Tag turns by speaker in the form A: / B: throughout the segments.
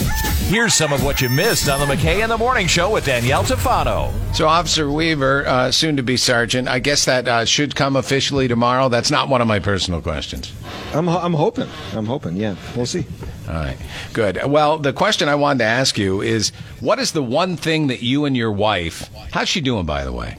A: Here's some of what you missed on the McKay in the Morning Show with Danielle Tafano.
B: So, Officer Weaver, uh, soon to be sergeant, I guess that uh, should come officially tomorrow. That's not one of my personal questions.
C: I'm, ho- I'm hoping. I'm hoping. Yeah, we'll see.
B: All right, good. Well, the question I wanted to ask you is what is the one thing that you and your wife, how's she doing, by the way?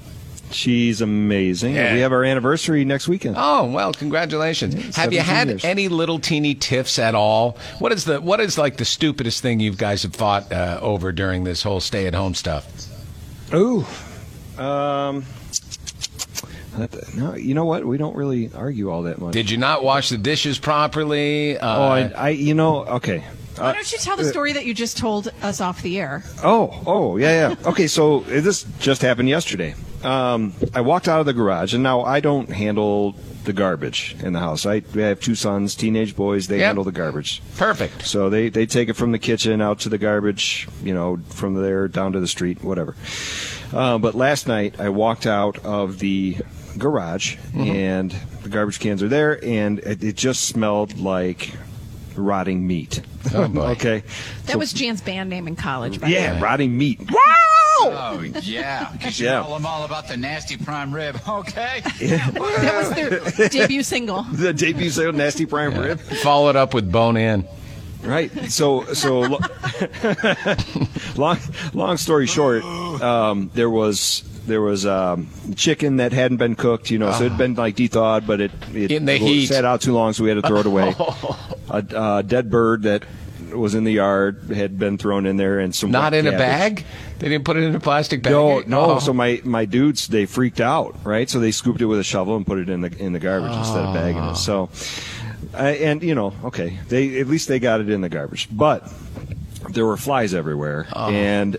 C: She's amazing.
B: Yeah.
C: We have our anniversary next weekend.
B: Oh well, congratulations! have you
C: 17
B: had
C: years.
B: any little teeny tiffs at all? What is the what is like the stupidest thing you guys have fought uh, over during this whole stay at home stuff?
C: Ooh. Um. that- No, you know what? We don't really argue all that much.
B: Did you not wash the dishes properly? Uh,
C: oh, I, I, you know, okay.
D: Why don't you tell
C: uh,
D: the story that you just told us off the air?
C: Oh, oh, yeah, yeah. Okay, so uh, this just happened yesterday. Um, I walked out of the garage, and now I don't handle the garbage in the house. I, I have two sons, teenage boys. They
B: Yep.
C: handle the garbage.
B: perfect.
C: So they, they take it from the kitchen out to the garbage, you know, from there down to the street, whatever. Uh, but last night I walked out of the garage
B: Mm-hmm.
C: and the garbage cans are there and it, it just smelled like rotting meat.
B: Oh, boy.
C: okay.
D: That was Jan's band name in college. By the
C: Yeah,
D: way.
C: rotting meat.
E: Oh yeah, because you
C: Yeah.
E: know I'm all about the nasty prime rib. Okay.
D: that was their debut single.
C: The debut sale, nasty prime rib.
B: Followed up with bone in.
C: Right. So so lo- long long story short, um, there was there was um, chicken that hadn't been cooked, you know, so it'd been like thawed, but it it
B: In the heat. Oh.
C: sat out too long, so we had to throw it away. a, a dead bird that was in the yard had been thrown in there, and some
B: Not in
C: wet
B: a
C: cabbage.
B: bag. They didn't put it in a plastic bag.
C: No, no.
B: Oh.
C: So my, my dudes they freaked out, right? So they scooped it with a shovel and put it in the in the garbage instead
B: Ah.
C: of bagging it. So, I, and you know, okay, they at least they got it in the garbage, but there were flies everywhere,
B: Ah.
C: and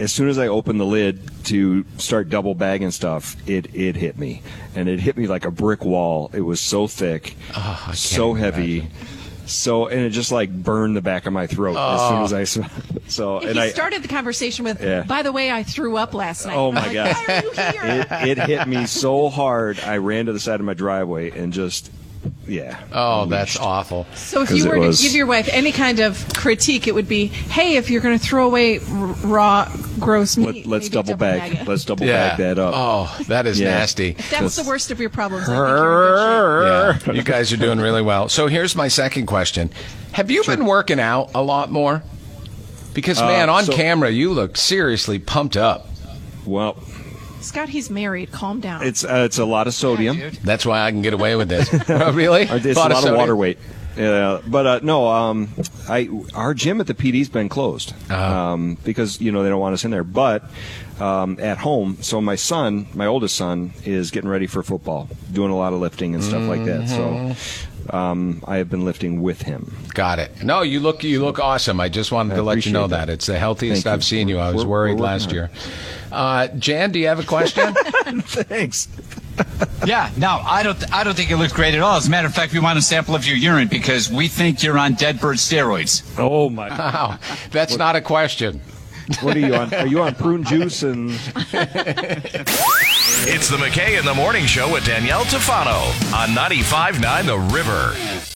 C: as soon as I opened the lid to start double bagging stuff, it it hit me, and it hit me like a brick wall. It was so thick,
B: Ah,
C: so heavy. So and it just like burned the back of my throat
B: Ah.
C: as soon as I sm- so
D: He
C: and I
D: started the conversation with,
C: Yeah.
D: "By the way, I threw up last night."
C: Oh,
D: I'm
C: my
D: like,
C: God.
D: Why are you here?
C: it, it hit me so hard, I ran to the side of my driveway and just, yeah.
B: Oh, that's awful.
D: So if
C: 'Cause
D: you
C: it
D: were to
C: was-
D: give your wife any kind of critique, it would be, "Hey, if you're going to throw away r- raw, gross
C: Let,
D: meat,
C: let's
D: maybe
C: double bag.
D: it."
C: Let's double
B: Yeah.
C: bag that up.
B: Oh, that is
C: Yeah.
B: nasty.
D: If that's the worst of your problems. I think you're in good shape.
B: Yeah, you guys are doing really well. So here's my second question: Have you been working out a lot more? Because man, on
C: Uh, so-
B: camera you look seriously pumped up.
C: Well,
D: Scott, he's married. Calm down.
C: it's uh, it's a lot of sodium.
E: dude.
B: That's why I can get away with this. oh, really?
C: It's a lot, of,
B: sodium?
C: water weight. Yeah, but uh, no, um, I our gym at the PD's been closed
B: Uh-huh.
C: um, because you know they don't want us in there. But um, at home, so my son, my oldest son, is getting ready for football, doing a lot of lifting and stuff like that.
B: Mm-hmm.
C: So um, I have been lifting with him.
B: Got it. No, you look you look awesome. I just wanted
C: I
B: to let you
C: appreciate
B: know that.
C: that.
B: It's the healthiest
C: Thank
B: I've
C: you.
B: seen you. I was
C: We're-
B: worried
C: we're working
B: last
C: hard.
B: year. Uh, Jan, do you have a question?
C: Thanks.
E: Yeah. No, I don't. I don't think it looks great at all. As a matter of fact, we want a sample of your urine because we think you're on dead bird steroids.
C: Oh my.
B: wow, that's not a question.
C: What are you on? Are you on prune juice and?
A: It's the McKay in the Morning Show with Danielle Tafano on 95.9 The River.